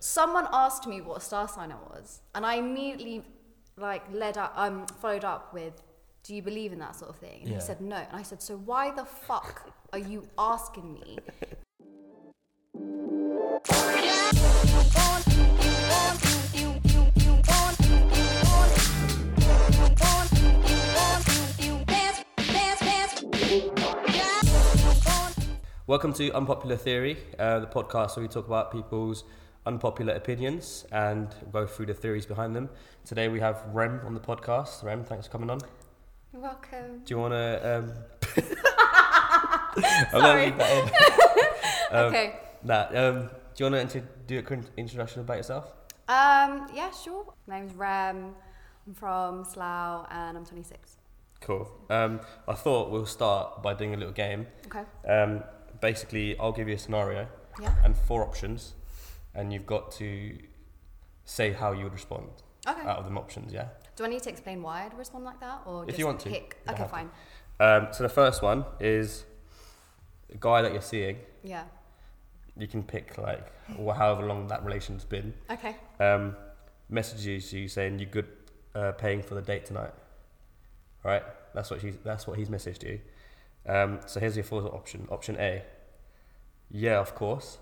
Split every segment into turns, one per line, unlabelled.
someone asked me what a star sign I was, and I immediately like led up, um, followed up with, "Do you believe in that sort of thing?" And
Yeah.
he said no, and I said, "So why the fuck are you asking me?"
Welcome to Unpopular Theory, uh, the podcast where we talk about people's unpopular opinions and go through the theories behind them. Today we have Rem on the podcast. Rem, thanks for coming on. Do
You're welcome.
you want to? Um... I'm gonna
Sorry.
leave that in. Um,
okay.
Nah, um, do you want to do a quick introduction about yourself?
Um, yeah, sure. My name's Rem. I'm from Slough, and I'm 26.
Cool. Um, I thought we'll start by doing a little game.
Okay.
Um, basically, I'll give you a scenario
Yeah.
and four options, and you've got to say how you would respond
Okay.
out of them options. Yeah.
Do I need to explain why I'd respond like that, or
Oh. If
just
you want to,
pick?
you don't
okay,
have to.
fine.
Um, so the first one is a guy that you're seeing.
Yeah.
You can pick like or however long that relation's been.
Okay.
Um, messages you saying you're good uh, paying for the date tonight. All right, that's what she's that's what he's messaged you. Um, so here's your fourth option. Option A, yeah, of course.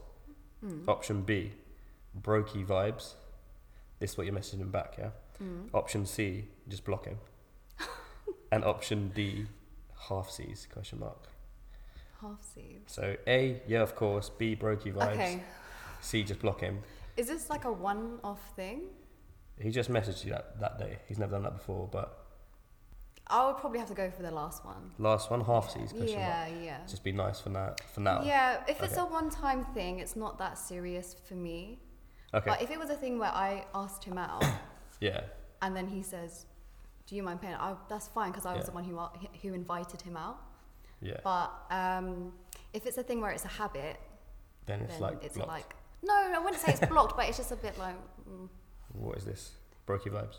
Mm.
Option B, brokey vibes. This is what you're messaging him back, yeah.
Mm.
Option C, just block him. and option D, half C's question mark.
Half seeds.
So A, yeah, of course. B, brokey vibes.
Okay.
C, just block him.
Is this like a one-off thing?
He just messaged you that, that day. He's never done that before, but
I would probably have to go for the last one.
last one, half C's question mark.
Yeah, yeah.
Just be nice for now. For now.
Yeah, if it's
Oh, Okay.
a one-time thing, it's not that serious for me.
Okay.
But if it was a thing where I asked him out
yeah.
and then he says, "Do you mind paying?" I, that's fine because I was
Yeah.
the one who a- who invited him out.
Yeah.
But um, if it's a thing where it's a habit,
then it's
then
like
it's
blocked.
like no, I wouldn't say it's blocked, but it's just a bit like mm.
What is this? Brokey vibes.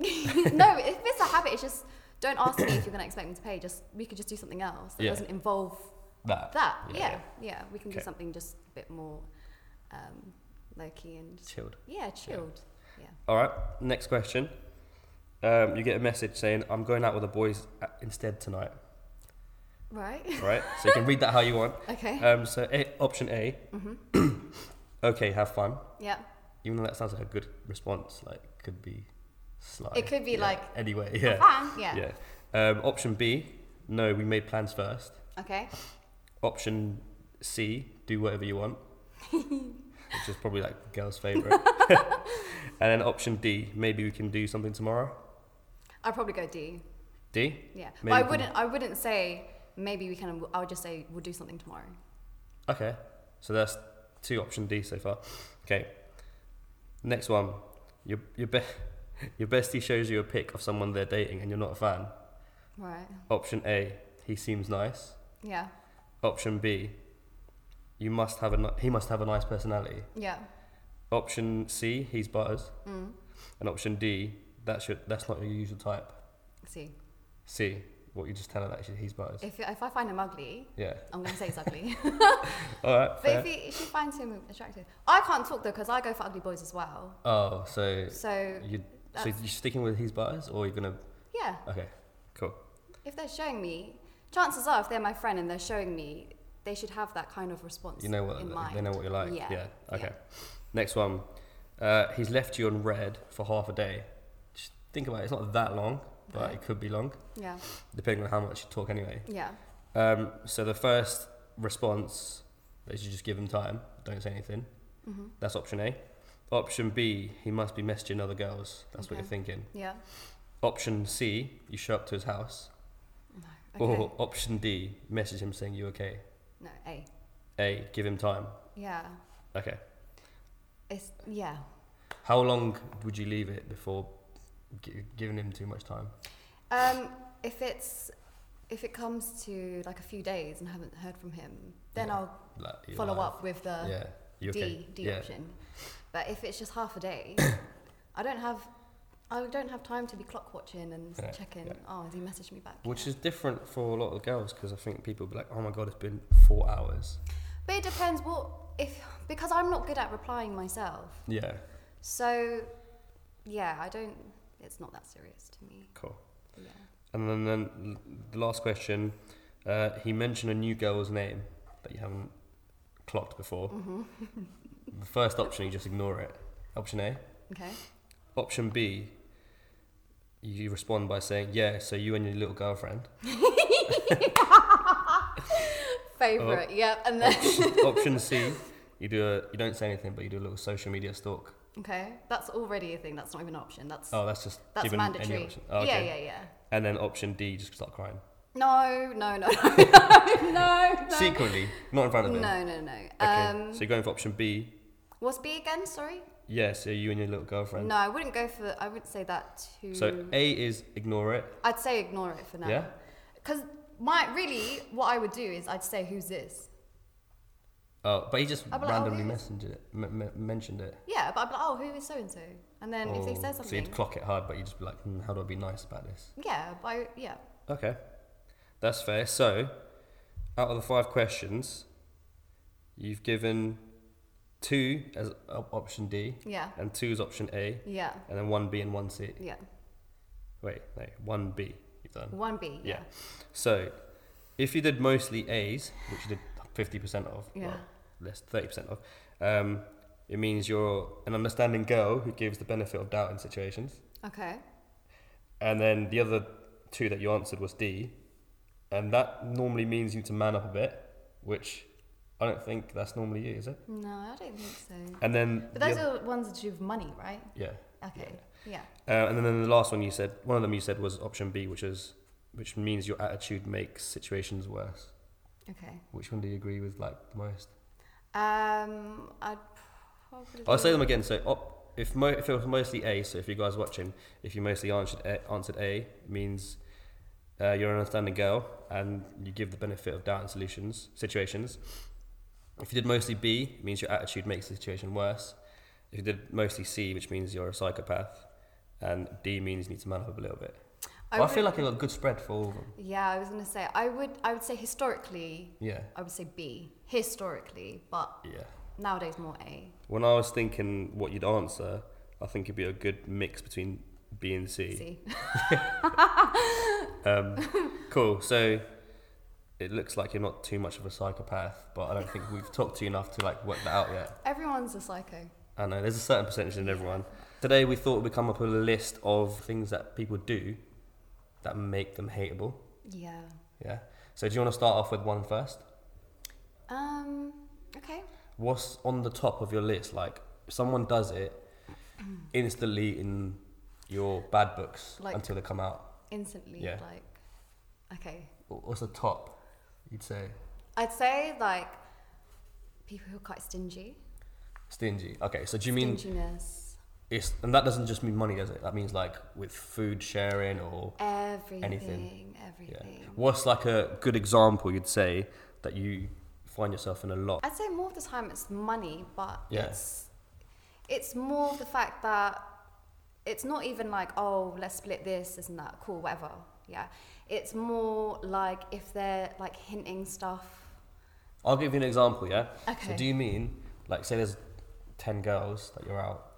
no. If it's a habit, it's just don't ask me if you're going to expect me to pay. Just we could just do something else that
Yeah.
doesn't involve
That.
that.
Yeah,
Yeah,
yeah.
yeah. we can
Okay.
do something just a bit more um, low key and just,
Chilled.
yeah, chilled. Yeah.
All right. Next question. Um, you get a message saying, "I'm going out with the boys uh, instead tonight."
Right.
All right. so you can read that how you want.
okay.
Um, so a, option A.
Mm-hmm.
okay, have fun.
yeah.
Even though that sounds like a good response, like could be sly.
It could be
Yeah,
like,
anyway.
yeah.
Yeah.
yeah.
Yeah. Um, option B. No, we made plans first.
Okay.
Option C. Do whatever you want. Which is probably like the girl's favourite. and then option D, maybe we can do something tomorrow.
I'd probably go D.
D?
Yeah. But
Maybe
I
we can-
wouldn't. I wouldn't say maybe we can. I would just say we'll do something tomorrow.
Okay. So that's two option D so far. Okay. Next one. Your your be- your bestie shows you a pic of someone they're dating and you're not a fan.
Right.
Option A, he seems nice.
Yeah.
Option B, you must have a ni- he must have a nice personality.
Yeah.
Option C, he's butters.
Mm.
And option D, that's your that's not your usual type.
See,
C, what you just tell her that she- he's butters.
if if I find him ugly,
yeah.
I'm gonna say he's ugly.
All right.
but
Fair.
if, he, if she finds him attractive, I can't talk though because I go for ugly boys as well.
oh, so
So
you so
that's-
you're sticking with he's butters or you're gonna
yeah,
okay, cool.
if they're showing me, chances are if they're my friend and they're showing me, they should have that kind of response.
You know what
in
they-
mind.
they know what you're like. Yeah.
Yeah,
Okay.
yeah.
Next one. Uh, he's left you on red for half a day. Just think about it. It's not that long, but
Right.
it could be long,
Yeah,
depending on how much you talk. Anyway.
yeah,
Um, so the first response is you just give him time. Don't say anything.
hmm
That's option A. Option B, he must be messaging other girls. That's what
Okay.
you're thinking.
yeah.
Option C, you show up to his house.
No, okay.
Or option D, message him saying you okay.
No, A.
A, give him time.
Yeah,
Okay.
it's yeah.
How long would you leave it before gi- giving him too much time?
Um, if it's if it comes to like a few days and I haven't heard from him, then
Yeah.
I'll
Like, you
follow
know,
up with the
yeah. You
D
okay?
D
yeah.
option. But if it's just half a day, I don't have I don't have time to be clock watching and
Yeah,
checking.
yeah.
Oh, has he messaged me back?
Which
Yeah.
is different for a lot of girls because I think people be like, oh my god, it's been four hours.
But it depends what if because I'm not good at replying myself.
Yeah.
So yeah, I don't it's not that serious to me.
Cool.
Yeah.
And then, then the last question. Uh, he mentioned a new girl's name that you haven't clocked before.
Mm-hmm.
the first option, you just ignore it. Option A.
Okay.
Oh. Option B, you respond by saying, Yeah, so you and your little girlfriend.
Favorite. Yep. And then
Option, option C, you do a, you don't say anything, but you do a little social media stalk.
okay, that's already a thing. That's not even an option. That's
Oh, that's just
that's
given
mandatory.
any option. Oh, okay.
Yeah, yeah, yeah.
And then option D, you just start crying.
No, no, no, no, no, no.
Secretly, not in front of
No,
him.
no, no.
Okay,
Um,
so you're going for option B.
what's B again? Sorry.
Yeah, so you and your little girlfriend.
No, I wouldn't go for. I wouldn't say that to.
Um, So A is ignore it.
I'd say ignore it for now.
Yeah?
Because my really, what I would do is I'd say, "Who's this?"
Oh, but he just
Oh, but like, oh,
randomly
who is-
messaged it, m- m- mentioned it.
Yeah, but I'd be like, "Oh, who is so and so?" And then if they
Oh,
say
So
something,
you'd clock it hard, but you'd just be like, hmm, how do I be nice about this?
yeah, but I, yeah,
Okay, that's fair. So, out of the five questions, you've given two as op- option D,
yeah,
and two as option A,
yeah,
and then one B and one C.
yeah.
Wait, no, one B you've done.
One B.
Yeah. So, if you did mostly A's, which you did fifty percent of, well,
Yeah.
less thirty percent of, um, it means you're an understanding girl who gives the benefit of doubt in situations.
Okay.
And then the other two that you answered was D. And that normally means you to man up a bit, which I don't think that's normally you, is it?
No, I don't think so.
And then
But
the
those
oth-
are ones that you've money, right?
yeah.
Okay. Yeah.
Uh, and then the last one you said, one of them you said was option B, which is which means your attitude makes situations worse.
Okay.
Which one do you agree with like the most?
Um, I'd probably.
I'll say them again. So op, if mo- if it was mostly A, so if you guys watching, if you mostly answered A, answered A it means uh, you're an understanding girl and you give the benefit of doubt in solutions situations. If you did mostly B, it means your attitude makes the situation worse. If you did mostly C, which means you're a psychopath, and D means you need to man up a little bit. I,
would-
feel like I got a good spread for all of them.
Yeah, I was gonna say I would. I would say historically,
Yeah,
I would say B historically, but
yeah.
nowadays more A.
When I was thinking what you'd answer, I think it'd be a good mix between B and
C.
Um, cool. So it looks like you're not too much of a psychopath, but I don't think we've talked to you enough to like work that out yet.
Everyone's a psycho.
I know there's a certain percentage in everyone. Today we thought we'd come up with a list of things that people do that make them hateable.
Yeah.
Yeah. So do you want to start off with one first?
Um. Okay.
What's on the top of your list? Like if someone does it instantly in your bad books
Like-
until they come out.
Instantly,
Yeah.
like, okay.
Wh- What's the top? You'd say
I'd say like people who are quite stingy.
stingy. Okay. So do you mean
stinginess?
It's and that doesn't just mean money, does it? That means like with food sharing or
Everything.
yeah.
Everything.
What's like a good example you'd say that you find yourself in a lot?
I'd say more of the time it's money, but
Yeah.
it's it's more of the fact that it's not even like oh let's split this isn't that cool whatever yeah it's more like if they're like hinting stuff
I'll give you an example, yeah. So
Okay.
do you mean like say there's ten girls that you're out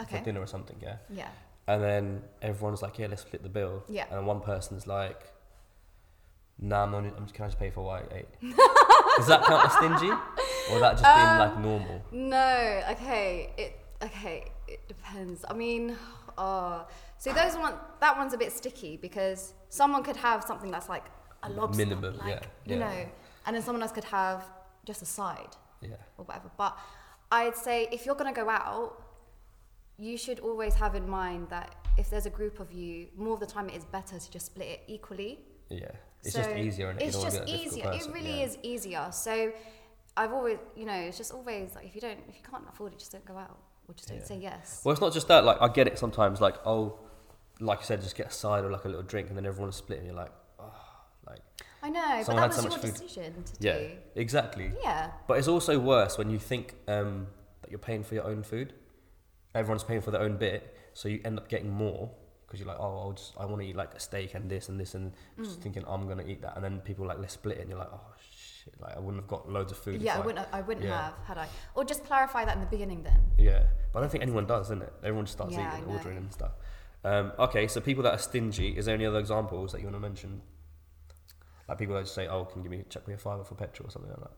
Okay.
for dinner or something, yeah,
yeah
and then everyone's like, yeah, let's split the bill,
Yeah.
and one person's like, nah, I'm only, I'm just, can I just pay for what I ate? Does that count as stingy, or that just being
Um,
like normal?
no okay it okay it depends I mean oh so those one that one's a bit sticky because someone could have something that's like a lobster
Minimum,
like,
yeah,
you
yeah.
know and then someone else could have just a side
Yeah.
or whatever. But I'd say if you're going to go out, you should always have in mind that if there's a group of you, more of the time it is better to just split it equally.
Yeah, it's just
So
easier. And
it's just easier. It really is easier. So I've always, you know, it's just always like if you don't, if you can't afford it, just don't go out or just don't
Yeah.
say yes.
Well, it's not just that. Like, I get it sometimes. Like, oh, like you said, just get a side or like a little drink, and then everyone's split, and you're like, oh, like
I know, but
someone had
that was
so
your
much food.
decision to
yeah,
do.
exactly.
Yeah.
But it's also worse when you think um, that you're paying for your own food. Everyone's paying for their own bit, so you end up getting more because you're like, oh, I'll just,
Mm.
I want to eat like a steak and this and this, and just thinking I'm gonna eat that, and then people are like, let's split it, and you're like, oh shit. shit, like I wouldn't have got loads of food.
yeah,
if
I wouldn't. I wouldn't
yeah.
have had I. Or just clarify that in the beginning then.
Yeah, but I don't think anyone does, isn't it? Everyone just starts
Yeah, I
eating,
know.
ordering, and stuff. Um, okay, so people that are stingy. Is there any other examples that you want to mention? Like people that just say, "Oh, can you give me chuck me a fiver for petrol" or something like that.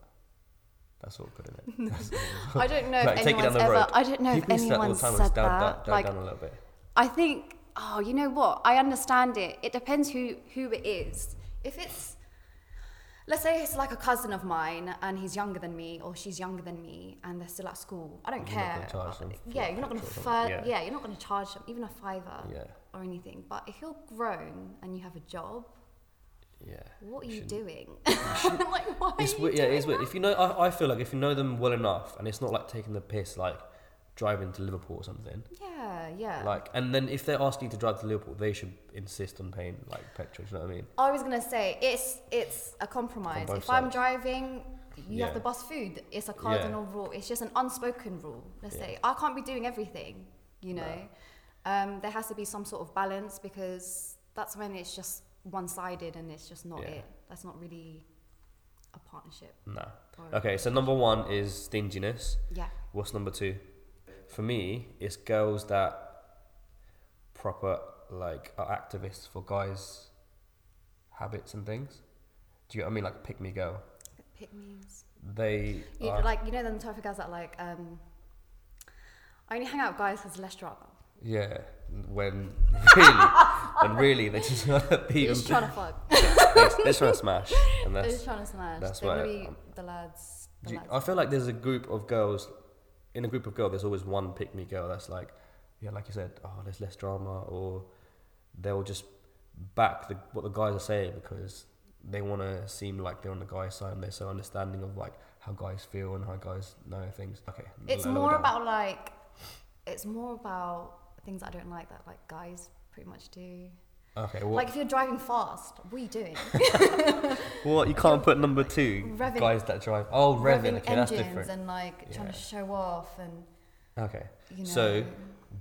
That's all good, isn't it? That's awkward.
I don't know
Like,
if
take it down
anyone's
the
ever.
road.
I don't know
people
if
used to do that all
anyone
the time.
said
it was
that.
down, down, down,
like
down a little bit.
I think, oh, you know what? I understand it. It depends who who it is. If it's, let's say it's like a cousin of mine and he's younger than me or she's younger than me and they're still at school, I don't
You're not
care.
gonna charge them for
yeah, you're not going to
petrol or
fur-
something,
yeah.
yeah.
you're not going to charge them even a fiver
Yeah,
or anything. But if you're grown and you have a job,
yeah.
what are you
shouldn't-
doing? like, why
It's
are you
weird, yeah,
doing
it is weird. If you know, I, I feel like if you know them well enough, and it's not like taking the piss, like driving to Liverpool or something.
that? Yeah, yeah.
Like, and then if they're asking you to drive to Liverpool, they should insist on paying like petrol. Do you know what I mean?
I was gonna say it's it's a compromise.
On both
If I'm
sides.
driving, you
Yeah.
have the bus food. It's a cardinal rule. It's just an unspoken rule. Let's
Yeah.
say I can't be doing everything. You
No.
know, um, there has to be some sort of balance because that's when it's just one-sided and it's just not
Yeah.
it. That's not really a partnership.
Nah.
Or,
Okay, so number one is stinginess.
Yeah.
What's number two? For me, it's girls that proper like are activists for guys' habits and things. Do you know what I mean? Like pick me girl.
Pick me's.
They uh,
You
are,
like you know them type of guys that like um. I only hang out with guys because less drama.
yeah. When really, when really they just want to be
They're just trying to fuck.
they're just trying to smash, and
They're
that's
just trying to smash.
that's
They're
why,
gonna be
um,
the lads. The
Do you-
lads.
I feel like there's a group of girls, in a group of girls, there's always one pick me girl that's like, yeah, like you said, oh, there's less drama, or they'll just back the, what the guys are saying because they want to seem like they're on the guy's side and they're so understanding of like how guys feel and how guys know things. Okay,
It's
l- lower
more
down.
about like, it's more about things I don't like that like guys pretty much do.
okay, well,
Like if you're driving fast, what are you doing?
what you can't put number two
Revving-
guys that drive. Oh, revving. Okay, that's
engines
different.
and like trying to
Yeah.
show off and
Okay,
you know.
So,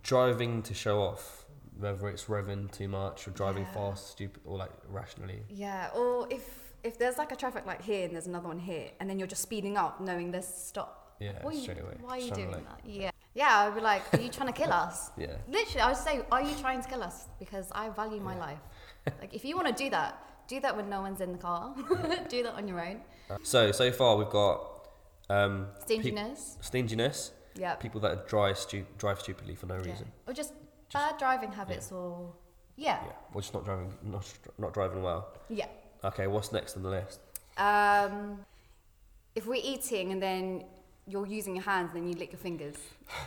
driving to show off. Whether it's revving too much or driving
Yeah.
fast, stupid, or like rationally,
yeah, or if if there's like a traffic light here and there's another one here, and then you're just speeding up, knowing there's stop.
Yeah,
What are you-
straight away.
Why are you
Straight
doing
away.
that? Yeah, yeah. I'd be like, are you trying to kill us?
Yeah.
Literally, I would say, are you trying to kill us? Because I value my life. Like, if you want to do that, do that when no one's in the car. do that on your own.
So so far we've got um, peop-
Stinginess.
stinginess,
Yep.
people that drive stu- drive stupidly for no
yeah.
reason.
Or just, bad driving habits or. Yeah.
Yeah, or just not driving, not str- not driving well.
Yeah.
Okay, what's next on the list?
Um, if we're eating and then you're using your hands, then you lick your fingers.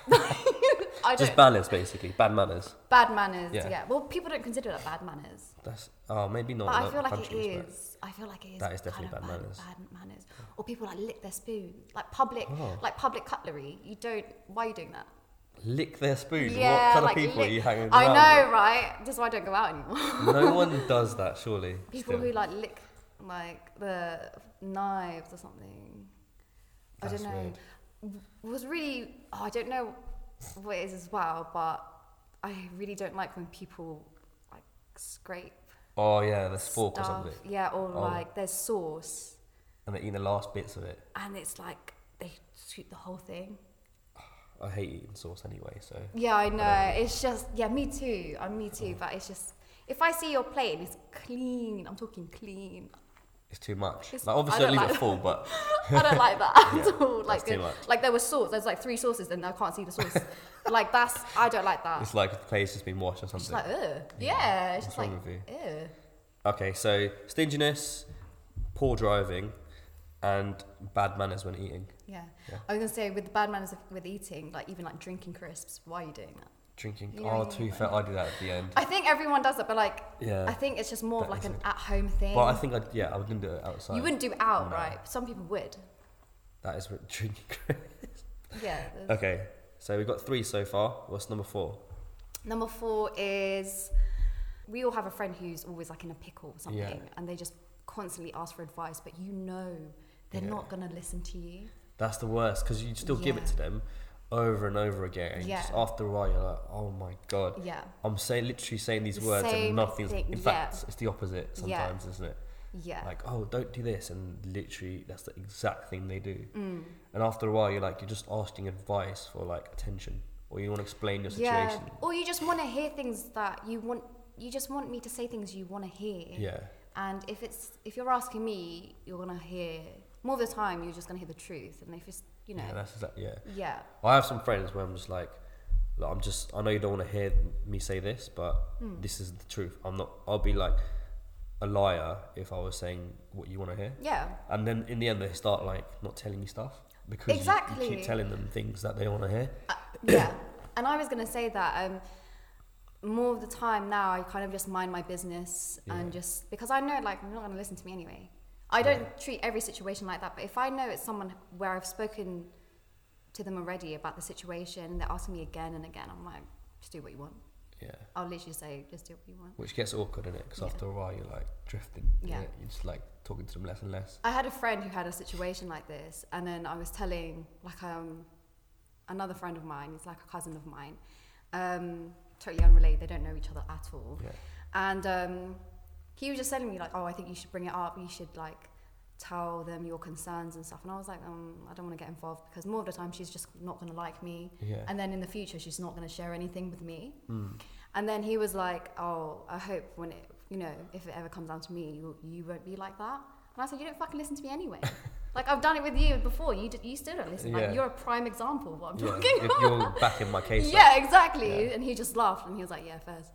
I don't.
Just balance, basically, bad manners.
bad manners.
Yeah.
Yeah. Well, people don't consider that bad manners.
That's oh maybe not.
But
in
I
other
feel like it
countries, but-
is. I feel like it is.
That is
kind
definitely
of
bad manners.
Bad manners, or people like lick their spoon, like public,
Oh.
like public cutlery. You don't. Why are you doing that?
Lick their spoon. what kind
like,
of people
lick-
are you hanging
I
around
know, right? That's why I don't go out anymore.
with? No one does that, surely.
People
still.
who like lick like the knives or something. I
That's
don't know.
weird.
W- Was really. Oh, I don't know what it is as well, but I really don't like when people like scrape.
Oh yeah, the fork or
stuff.
something,
Yeah, or
Oh.
like there's sauce.
and they eat the last bits of it.
and it's like they shoot the whole thing.
I hate eating sauce anyway, so
Yeah, I know.
Whatever. Mm.
It's just yeah, me too. I'm me too, but it's just if I see your plate and it's clean, I'm talking clean.
it's too much.
It's-
like obviously,
I
I'd
don't like
leave it
that.
full, but
I don't like that at
Yeah,
all. Like
that's too
the-
much.
like there was sauce. There's like three sauces and I can't see the sauce. like that's I don't like that.
it's like the plate's just been washed or
It's
something.
like ugh. Yeah, it's
What's
just like
wrong with you?
ugh.
Okay, so stinginess, poor driving, and bad manners when eating.
Yeah.
Yeah.
I was gonna say with the bad manners of, with eating, like even like drinking crisps. Why are you doing that?
Drinking.
Yeah,
oh,
yeah,
too
yeah.
fat. I do that at the end.
I think everyone does it, but like
Yeah.
I think it's just more of
That
like
is
an
it.
at-home thing.
but I think I'd, yeah, I wouldn't do it outside.
you wouldn't do it out,
No.
right? Some people would.
That is what drinking.
Yeah. there's-
okay, so we've got three so far. What's number four?
Number four is we all have a friend who's always like in a pickle or something,
Yeah.
and they just constantly ask for advice, but you know they're
Yeah.
not gonna listen to you.
That's the worst because you still give it
Yeah.
to them over and over again. And
Yeah.
just after a while, you're like, oh my god.
Yeah.
I'm saying literally saying these
The
words and
same
nothing's.
thing, yeah.
In fact, it's the opposite
Yeah.
sometimes, isn't it?
Yeah.
like oh don't do this and literally that's the exact thing they do
Mm.
and after a while you're like you're just asking advice for like attention or you want to explain your
Yeah.
situation
Or you just want to hear things that you want. You just want me to say things you want to hear.
yeah
And if it's if you're asking me, you're gonna hear more of the time. You're just gonna hear the truth. And if it's you know,
yeah
yeah,
that's exactly yeah I have some friends where I'm just like, "Look, I'm just, I know you don't want to hear me say this, but
Hmm.
this is the truth. I'm not, I'll be like a liar if I was saying what you want to hear.
yeah,
And then in the end, they start like not telling you stuff because you- you,
Exactly.
keep telling them things that they want to hear.
uh, yeah. And I was gonna say that um, more of the time now, I kind of just mind my business and
Yeah.
just because I know like you're not gonna listen to me anyway. I don't treat every situation like that, but if I know it's someone where I've spoken to them already about the situation, they're asking me again and again. I'm like, just do what you want.
Yeah.
I'll literally say, just do what you want.
Which gets awkward, innit? Because
Yeah.
after a while, you're like drifting.
Yeah.
innit? You're just like talking to them less and less.
I had a friend who had a situation like this, and then I was telling like um another friend of mine, he's like a cousin of mine, um, totally unrelated. They don't know each other at all,
Yeah.
and um, he was just telling me like, oh, I think you should bring it up. You should like tell them your concerns and stuff. And I was like, um, I don't want to get involved because more of the time she's just not gonna like me,
Yeah.
and then in the future she's not gonna share anything with me.
Mm.
And then he was like, "Oh, I hope when it, you know, if it ever comes down to me, you, you won't be like that." And I said, "You don't fucking listen to me anyway. like I've done it with you before. You d- you still don't listen.
Yeah.
Like you're a prime example of what I'm
Yeah.
talking
If you're
about."
back in my case, like,
yeah, exactly.
Yeah.
And he just laughed and he was like, "Yeah, first.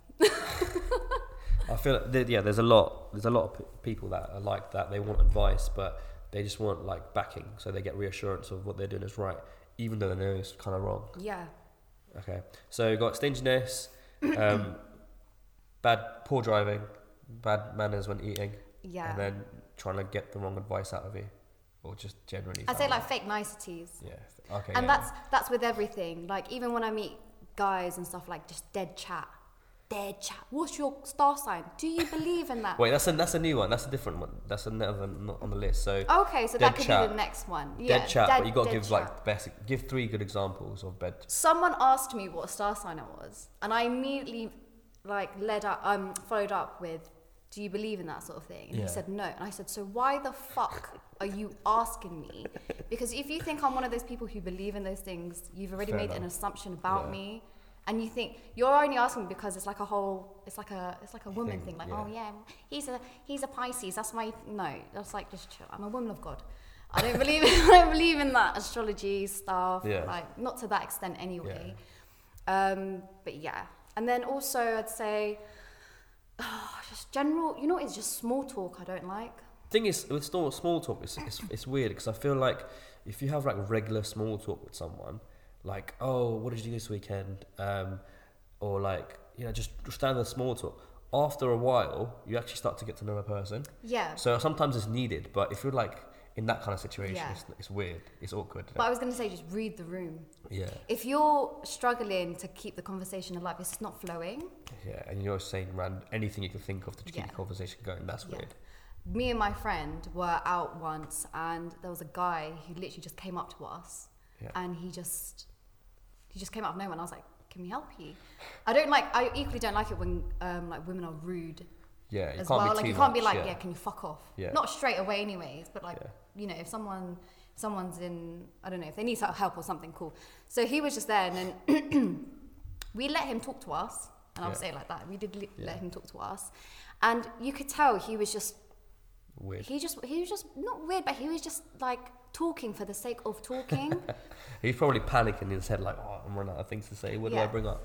I feel like there- yeah, there's a lot there's a lot of p- people that are like that. They want advice, but they just want like backing, so they get reassurance of what they're doing is right, even though they know it's kind of wrong.
Yeah,
Okay, so you've got stinginess, um, bad poor driving, bad manners when eating,
yeah.
and then trying to get the wrong advice out of you, or just generally.
I say
sound-
like fake niceties,
yeah, okay,
and
yeah.
that's that's with everything. Like even when I meet guys and stuff, like just dead chat, dead chat. What's your star sign? Do you believe in that?
wait, that's a that's a new one. That's a different one. That's another not on the list. So
Okay, so
Dead
that could
chat.
be the next one. Oh, Yeah,
dead chat, but you got to
dead
give
chat.
like basic, give three good examples of bed
Someone asked me what a star sign I was, and I immediately like led up, um, followed up with, "Do you believe in that sort of thing?" And
Yeah.
he said no, and I said, "So why the fuck are you asking me? Because if you think I'm one of those people who believe in those things, you've already
Fair
made an
enough.
assumption about
Yeah.
me." And you think you're only asking me because it's like a whole, it's like a, it's like a woman thing.
Thing,
Like,
yeah.
oh yeah, he's a, he's a Pisces. That's my no. That's like just chill. I'm a woman of God. I don't believe, I don't believe in that astrology stuff.
Yeah.
Like not to that extent anyway. Um, but yeah, and then also I'd say, oh, just general. You know, it's just small talk. I don't like.
thing is with small, small talk it's, it's, it's weird because i feel like if you have like regular small talk with someone like oh what did you do this weekend um, or like you know just standard small talk after a while you actually start to get to know a person
Yeah.
so sometimes it's needed but if you're like in that kind of situation
Yeah.
it's, it's weird it's awkward
But I was gonna say, just read the room.
yeah
If you're struggling to keep the conversation alive, it's not flowing.
yeah and you're saying ran anything you can think of to keep
Yeah.
the conversation going that's
Yeah.
weird
me and my friend were out once and there was a guy who literally just came up to us
Yeah.
and he just he just came out of nowhere and I was like can we help you I don't like I equally don't like it when um, like women are rude
yeah you
as
can't
well
be
like
too
you can't be
much,
like yeah. can you fuck off
Yeah.
not straight away anyways but like
Yeah.
you know if someone someone's in I don't know if they need some help or something cool so he was just there and then we let him talk to us and I'll
Yeah.
say it like that we did li-
Yeah.
let him talk to us and you could tell he was just
weird
he just he was just not weird, but he was just like talking for the sake of talking.
he's probably panicking in his head like oh i'm running out of things to say what do
Yeah.
i bring up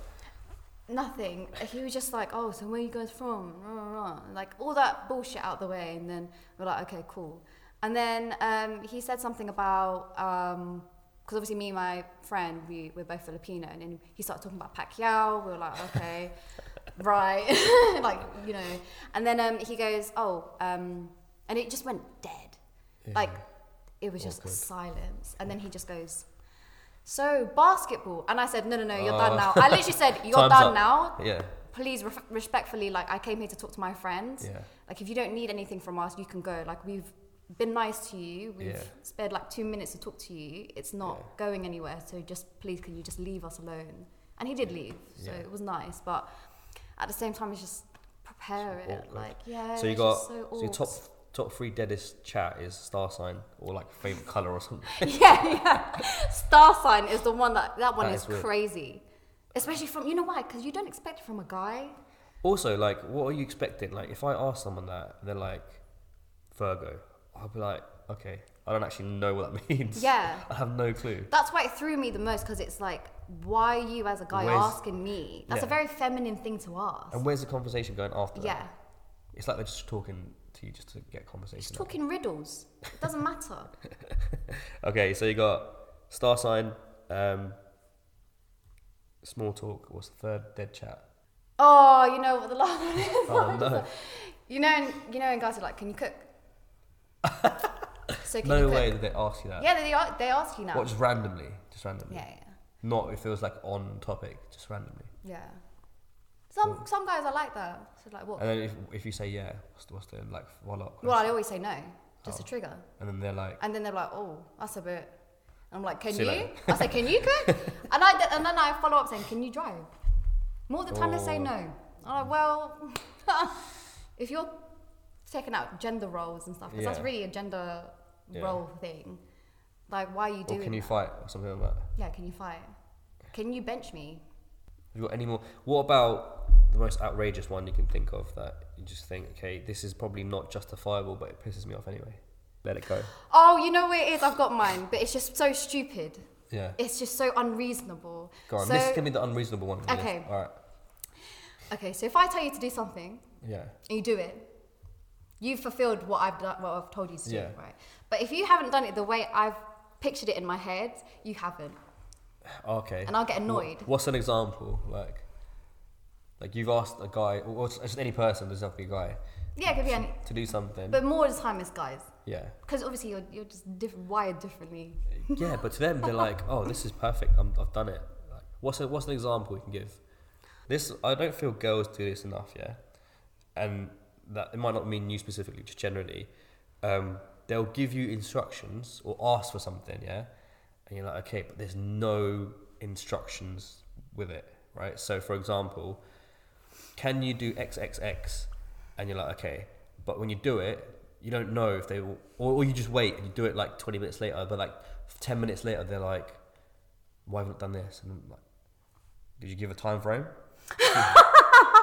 Nothing. He was just like, oh, so where you guys from? Rah, rah, rah. Like all that bullshit out the way, and then we're like, okay, cool. And then um, he said something about because obviously me and my friend we we're both Filipino, and then he started talking about Pacquiao. We were like, okay, right, like you know. And then um, he goes, oh, um, and it just went dead. Like it was just
Awkward.
silence. And then he just goes, So basketball. And I said, No, no, no, you're done
Oh.
now. I literally said, You're
Time's
done
up.
now.
Yeah,
Please re- respectfully, like, I came here to talk to my friends.
yeah,
Like, if you don't need anything from us, you can go. Like, we've been nice to you. We've
Yeah.
spared like two minutes to talk to you. It's not
Yeah.
going anywhere. So just please, can you just leave us alone? And he did leave. So
Yeah.
it was nice. But at the same time, it's just prepare
It's
it.
awkward.
Like, yeah.
So you
it's
got
just so
so your top
awkward.
top three deadest chat is star sign or like favorite color or something.
yeah, yeah. Star sign is the one that that one
That
is
is weird.
crazy, especially from you know why? Because you don't expect it from a guy.
Also, like, what are you expecting? Like, if I ask someone that, and they're like, Virgo, I'll be like, okay, I don't actually know what that means.
Yeah.
I have no clue.
That's why it threw me the most because it's like, why are you as a guy
Where's-
asking me? That's a
Yeah.
very feminine thing to ask.
And where's the conversation going after
yeah,
that? It's like they're just talking to you just to get conversation.
just talking riddles. It doesn't matter.
Okay, so you got star sign, um, small talk. What's the third dead chat?
Oh, you know what the last one is.
Oh no,
You know, you know, and guys are like, "Can you cook?" so can you
no
cook?
way that they ask you that.
Yeah, they are, they ask you now.
What? Just randomly, just randomly.
yeah, yeah,
Not if it was like on topic, just randomly.
yeah. Some some guys are like that. So like, what?
And then if, if you say yeah, what's the, what's the like follow up?
Well, I always say no, just a
Oh.
trigger.
and then they're like,
And then they're like, "Oh, that's a bit." And I'm like, "Can
See you
you?"
later.
I say, "Can you cook?" and I and then I follow up saying, "Can you drive?" More the time they say
Oh.
no. I'm like, "Well, if you're taking out gender roles and stuff, because that's
Yeah.
really a gender
Yeah.
role thing. Like, why are you doing?
or can you
that?
fight or something like that?
Yeah, can you fight? Can you bench me?
Have you got any more? What about the most outrageous one you can think of that you just think, okay, this is probably not justifiable, but it pisses me off anyway. Let it go.
Oh, you know what it is? I've got mine, but it's just so stupid.
Yeah.
It's just so unreasonable.
Go on.
So,
this is gonna be the unreasonable one.
Okay.
All right.
okay, so if I tell you to do something
Yeah.
and you do it, you've fulfilled what I've done, what I've told you to
Yeah.
do, right? But if you haven't done it the way I've pictured it in my head, you haven't.
Okay.
And I'll get
Wha-
annoyed.
What's an example like? Like you've asked a guy, or or just any person, doesn't have to be a guy,
Yeah, it could be any.
to do something.
But more of the time it's guys,
yeah.
because obviously you're you're just diff- wired differently.
Yeah, but to them they're like, "Oh, this is perfect. I'm, I've done it." Like, what's a, what's an example you can give? This I don't feel girls do this enough. Yeah, and that it might not mean you specifically, just generally. Um, they'll give you instructions or ask for something. Yeah, and you're like, "Okay, but there's no instructions with it, right?" So, for example, can you do XXX? And you're like, okay. But when you do it, you don't know if they will, or, or you just wait and you do it like 20 minutes later, but like 10 minutes later, they're like, why have you not done this? And I'm like, did you give a time frame?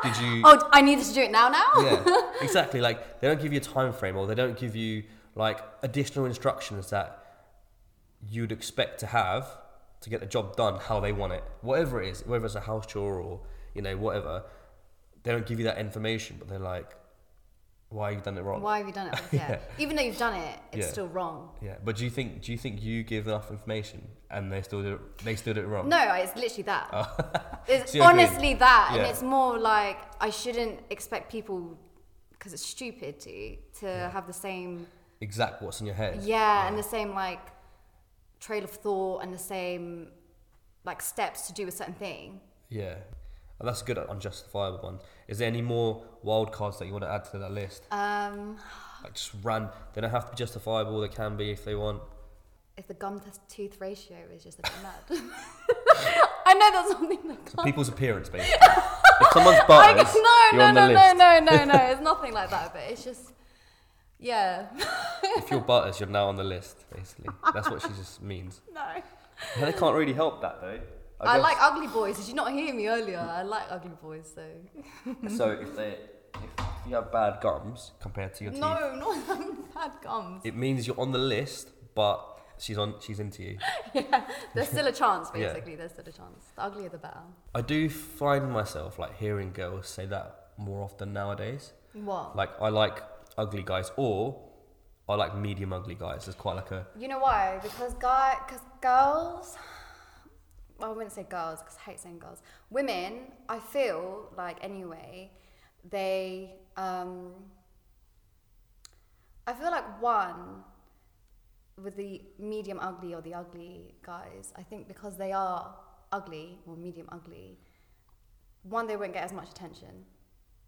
did you.
Oh, I needed to do it now. Now.
Yeah, exactly. Like, they don't give you a time frame or they don't give you like additional instructions that you'd expect to have to get the job done how they want it, whatever it is, whether it's a house chore or you know whatever. They don't give you that information, but they're like, "Why have you done it wrong?"
Why have you done it? Yeah. Even though you've done it, it's
Yeah.
still wrong.
Yeah, but do you think do you think you give enough information and they still do it, they still do it wrong?
No, it's literally that. it's
So you're agreeing?
honestly that, and
Yeah.
it's more like I shouldn't expect people because it's stupid to to have the same
Exact what's in your
yeah,
head.
and the same like trail of thought and the same like steps to do a certain thing.
Yeah. And that's a good unjustifiable one. Is there any more wild cards that you want to add to that list?
Um,
Like just ran. They don't have to be justifiable. They can be if they want.
if the gum to tooth ratio is just like mad. I know that's something that
So people's appearance, basically. if someone's
Like,
butt,
no,
you're
no,
on the
no, no,
list.
no, no, no. It's nothing like that, but it's just, yeah,
If you're butters, you're now on the list, basically. That's what she just means.
no.
They can't really help that though.
I,
guess.
like ugly boys. Did you not hear me earlier? I like ugly boys, so. um,
So if they, if you have bad gums compared to your teeth,
No, not them bad gums.
it means you're on the list, but she's on. She's into you.
There's still a chance,
Yeah.
basically. There's still a chance. The uglier the better.
I do find myself like hearing girls say that more often nowadays.
What?
Like I like ugly guys, or I like medium ugly guys. There's quite like a
You know why? Because guy, because girls. Well, I wouldn't say girls because I hate saying girls. Women, I feel like anyway, they. Um, I feel like one with the medium ugly or the ugly guys. I think because they are ugly or medium ugly, one they won't get as much attention,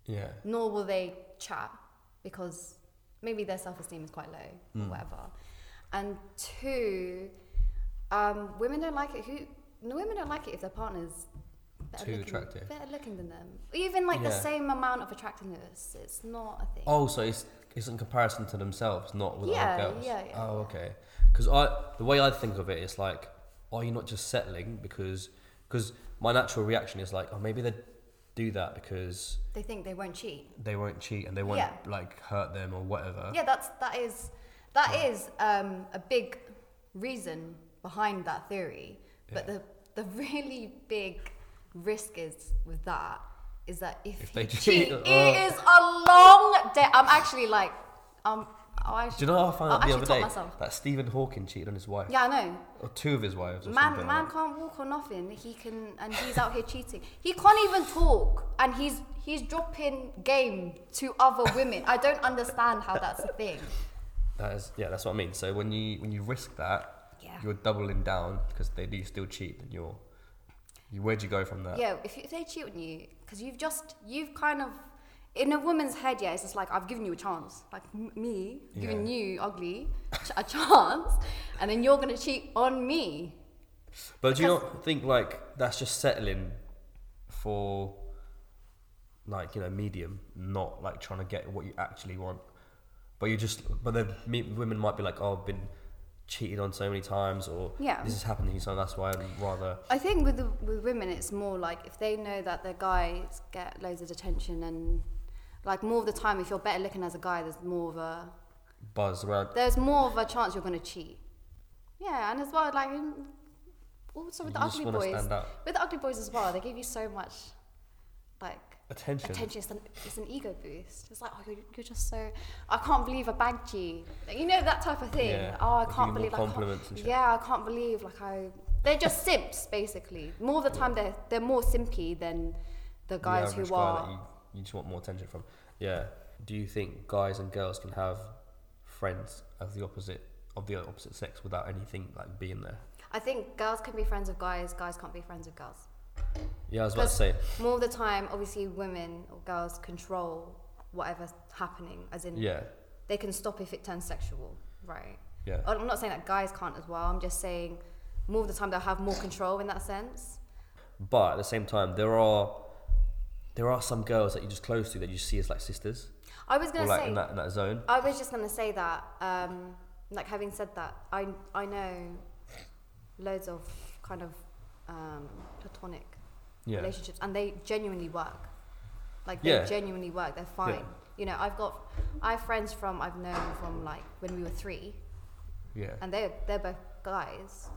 yeah.
nor will they chat because maybe their self esteem is quite low
Hmm.
or whatever. And two, um, women don't like it. Who no, women don't like it if their partners better
Too
looking,
attractive.
better looking than them. Even like the
Yeah.
same amount of attractiveness, it's not a thing.
Oh, so it's it's in comparison to themselves, not with
Yeah,
other girls.
yeah, yeah,
Oh,
yeah.
okay. Because I, the way I think of it, it's like, are you not just settling? Because, because my natural reaction is like, oh, maybe they do that because
They think they won't cheat.
they won't cheat and they won't
Yeah.
like hurt them or whatever.
Yeah, that's that is that is um, a big reason behind that theory. But
Yeah.
the the really big risk is with that is that if,
If
they
they
cheat,
cheat, oh.
it is a long day. I'm actually like, um, oh, I
Do you know what I found out
I'll
the other
actually
day?
taught myself.
That Stephen Hawking cheated on his wife.
yeah, I know.
Or two of his wives or
Man,
something.
man
like
can't walk or nothing. He can, and he's out here cheating. He can't even talk, and he's he's dropping game to other women. I don't understand how that's a thing.
that is, yeah, that's what I mean. So when you when you risk that,
Yeah.
you're doubling down because they do still cheat and you're you where'd you go from that?
Yeah, if, you- if they cheat on you, because you've just, you've kind of, in a woman's head, yeah, it's just like, I've given you a chance. Like, m- me, giving
Yeah.
you, ugly, ch- a chance, and then you're going to cheat on me.
But do you
Because-
not think like that's just settling for like you know medium, not like trying to get what you actually want? But you just but then me, women might be like, oh, I've been cheated on so many times, or
Yeah.
this has happened to me, so that's why I'd rather.
I think with, the, with women, it's more like if they know that their guys get loads of attention, and like more of the time, if you're better looking as a guy, there's more of a,
buzz around.
there's more of a chance you're going to cheat. Yeah, and as well, like, in- also with
You
the
just
ugly
wanna
boys,
stand out.
with the ugly boys as well, they give you so much, like,
Attention.
attention. It's an, it's an ego boost. It's like, oh, you're, you're just so. I can't believe I bagged you. Like, you know that type of thing.
Yeah,
Oh, I
they give
can't
you more
believe. I
compliments
can't,
and shit.
Yeah, I can't believe. Like I, they're just simps basically. More of the time, they're they're more simpy than the
The
guys
average
who
guy
are.
that you, you just want more attention from. Yeah. Do you think guys and girls can have friends as the opposite of the opposite sex without anything like being there?
I think girls can be friends with guys. Guys can't be friends with girls.
Yeah, I was about to
Because
say.
More of the time, obviously, women or girls control whatever's happening. As in,
Yeah.
they can stop if it turns sexual, right?
Yeah.
I'm not saying that guys can't as well. I'm just saying more of the time they'll have more control in that sense.
But at the same time, there are there are some girls that you're just close to that you see as like sisters
I was
or
gonna
like
say,
in that in that zone.
I was just gonna say that. Um, like having said that, I I know loads of kind of um, platonic
Yeah.
relationships, and they genuinely work. Like they
Yeah.
genuinely work. They're fine. You know, I've got I have friends from I've known from like when we were three,
Yeah.
and they they're both guys.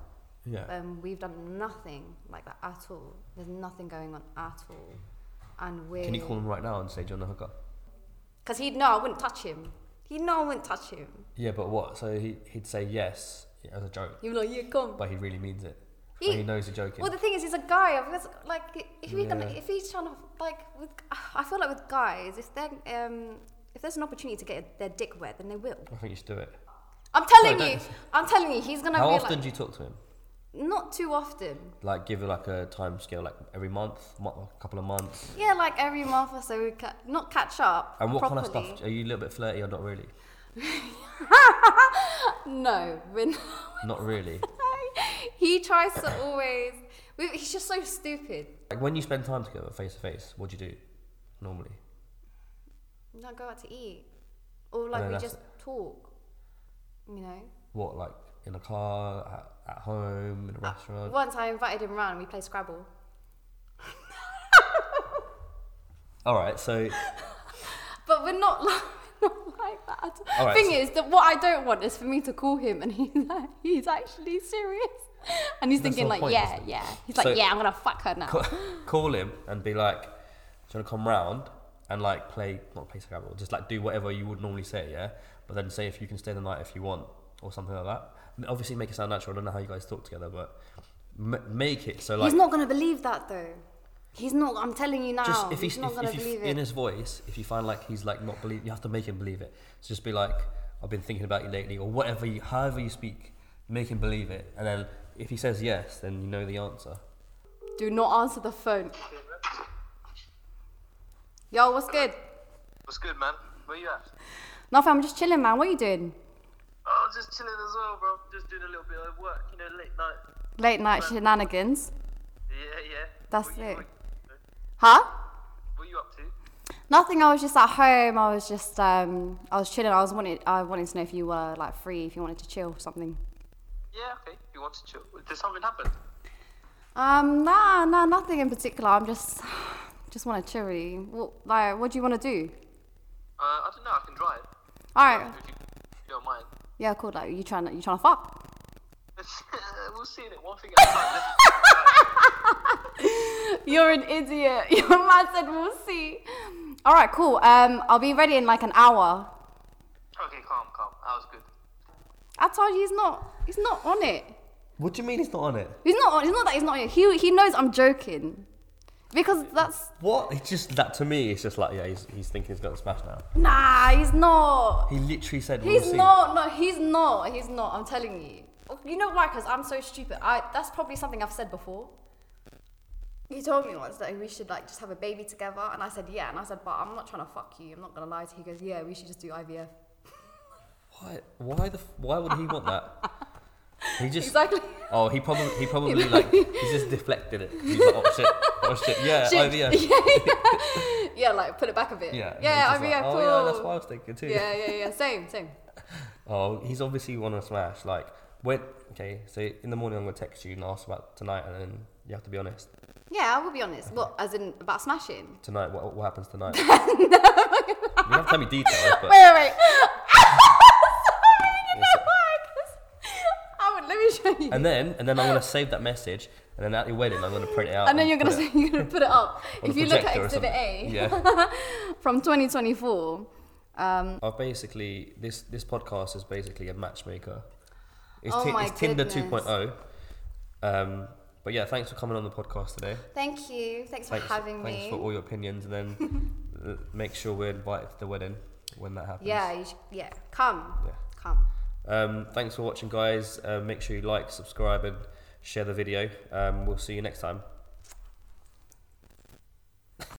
Yeah.
Um, we've done nothing like that at all. There's nothing going on at all, and we're.
Can you call them right now and say, "Do you want to hook up?"
Because he'd know I wouldn't touch him. He'd know I wouldn't touch him.
Yeah, but what? So he he'd say yes as a joke,
He'd be like, yeah, come.
but he really means it.
He-
and he knows you're joking.
Well, the thing is, he's a guy. I've got- Like, if he's gonna,
Yeah.
if he's trying to, like, with, I feel like with guys, if they, are um, if there's an opportunity to get their dick wet, then they will.
I think you should do it.
I'm telling
No,
you,
don't.
I'm telling you, he's gonna
How
be
often
like,
do you talk to him?
not too often.
Like, give it like a time scale, like every month, mo- a couple of months.
Yeah, like every month or so, we ca- not catch up.
And what
properly.
kind of stuff? Are you a little bit flirty or not really?
No, we're not.
Not really.
he tries to always. We, he's just so stupid.
like when you spend time together face to face, what do you do normally?
Not go out to eat, or like
then
we
that's
just talk. You know.
What like in a car, at, at home, in a restaurant?
Once I invited him round, and we played Scrabble.
All right, so
But we're not like, not like that. at all.
All right,
Thing
so-
is that what I don't want is for me to call him and he's like, he's actually serious. And he's
That's
thinking
the
like,
point,
yeah,
isn't it?
yeah. He's
So-
like, yeah, I'm gonna fuck her now.
ca- call him and be like, "Do you want to come round and like play, not play Scrabble, just like do whatever you would normally say, yeah? But then say if you can stay the night if you want or something like that. M- Obviously, make it sound natural. I don't know how you guys talk together, but m- make it so like
he's not gonna believe that though. He's not. I'm telling you now.
just if
Oh, he's,
he's,
not
if,
gonna
if you,
believe
in
it.
his voice if you find like he's like not believe you have to make him believe it so just be like i've been thinking about you lately or whatever you however you speak make him believe it and then if he says yes then you know the answer
Do not answer the phone. Yo, what's good?
What's good, man? Where you at?
Nothing. I'm just chilling, man. What are you doing?
Oh, just chilling as well, bro. Just doing a little bit of work, you know, late night.
Late night shenanigans.
Yeah, yeah.
That's
what you-
it.
what-
Huh?
what you up to?
Nah, Nothing. I was just at home. I was just um, I was chilling. I was wanted. I wanted to know if you were like free, if you wanted to chill or something.
Yeah, okay. You want to chill? Did something happen?
Um, nah, nah, nothing in particular. I'm just just want to chill. Really. What, like, what do you want to do?
Uh, I don't know. I can drive.
All right.
If you if you don't mind.
Yeah, cool. Like, you trying to you trying to fuck?
we'll see it one thing at a time. Let's-
You're an idiot. Your man said we'll see. All right, cool. Um, I'll be ready in like an hour.
okay, calm, calm. That was good.
I told you he's not. He's not on it.
What do you mean he's not on it?
He's not. on It's not that he's not on it. He he knows I'm joking, because that's
What? It's just that to me, it's just like, yeah, he's, he's thinking he's got to smash now.
nah. He's not.
He literally said, we'll
He's
see.
not. No, he's not. He's not. I'm telling you. You know why? Because I'm so stupid. I. That's probably something I've said before. He told me once that we should like just have a baby together, and I said yeah, and I said, but I'm not trying to fuck you. I'm not gonna lie to you. He goes, yeah, we should just do IVF.
Why? Why the? f- Why would he want that? He just
Exactly.
Oh, he probably he probably like he just deflected it. He's like, oh shit, oh shit, yeah,
Shit.
IVF.
Yeah, like put it back a bit.
Yeah, and
Yeah,
he's just
IVF.
like,
cool.
Oh yeah, that's what I was thinking too.
yeah, yeah, yeah. Same, same.
Oh, he's obviously want to smash. Like, when? Okay, so in the morning I'm gonna text you and ask about tonight, and then you have to be honest.
Yeah, I will be honest. What, as in about smashing?
Tonight, what, what happens tonight? you don't have to tell me details, but
Wait, wait, wait. Sorry, you
Yes,
know why? 'Cause I would, let me show you. And,
and then and then I'm gonna save that message, and then at your wedding I'm gonna print it out.
then you're gonna
put it
say you're gonna put it up.
on
if
the
you look at
projector or
Exhibit A
something. yeah.
from 2024, um,
I've basically this this podcast is basically a matchmaker. It's,
Oh
Ti-
my
it's Tinder
goodness.
2.0. Um, but yeah, thanks for coming on the podcast today.
thank you. Thanks,
Thanks,
for having
thanks
me.
for all your opinions, and then uh, make sure we're invited to the wedding when that happens.
yeah, you should, yeah. Come,
Yeah.
come.
Um, thanks for watching, guys. Uh, make sure you like, subscribe, and share the video. Um, we'll see you next time.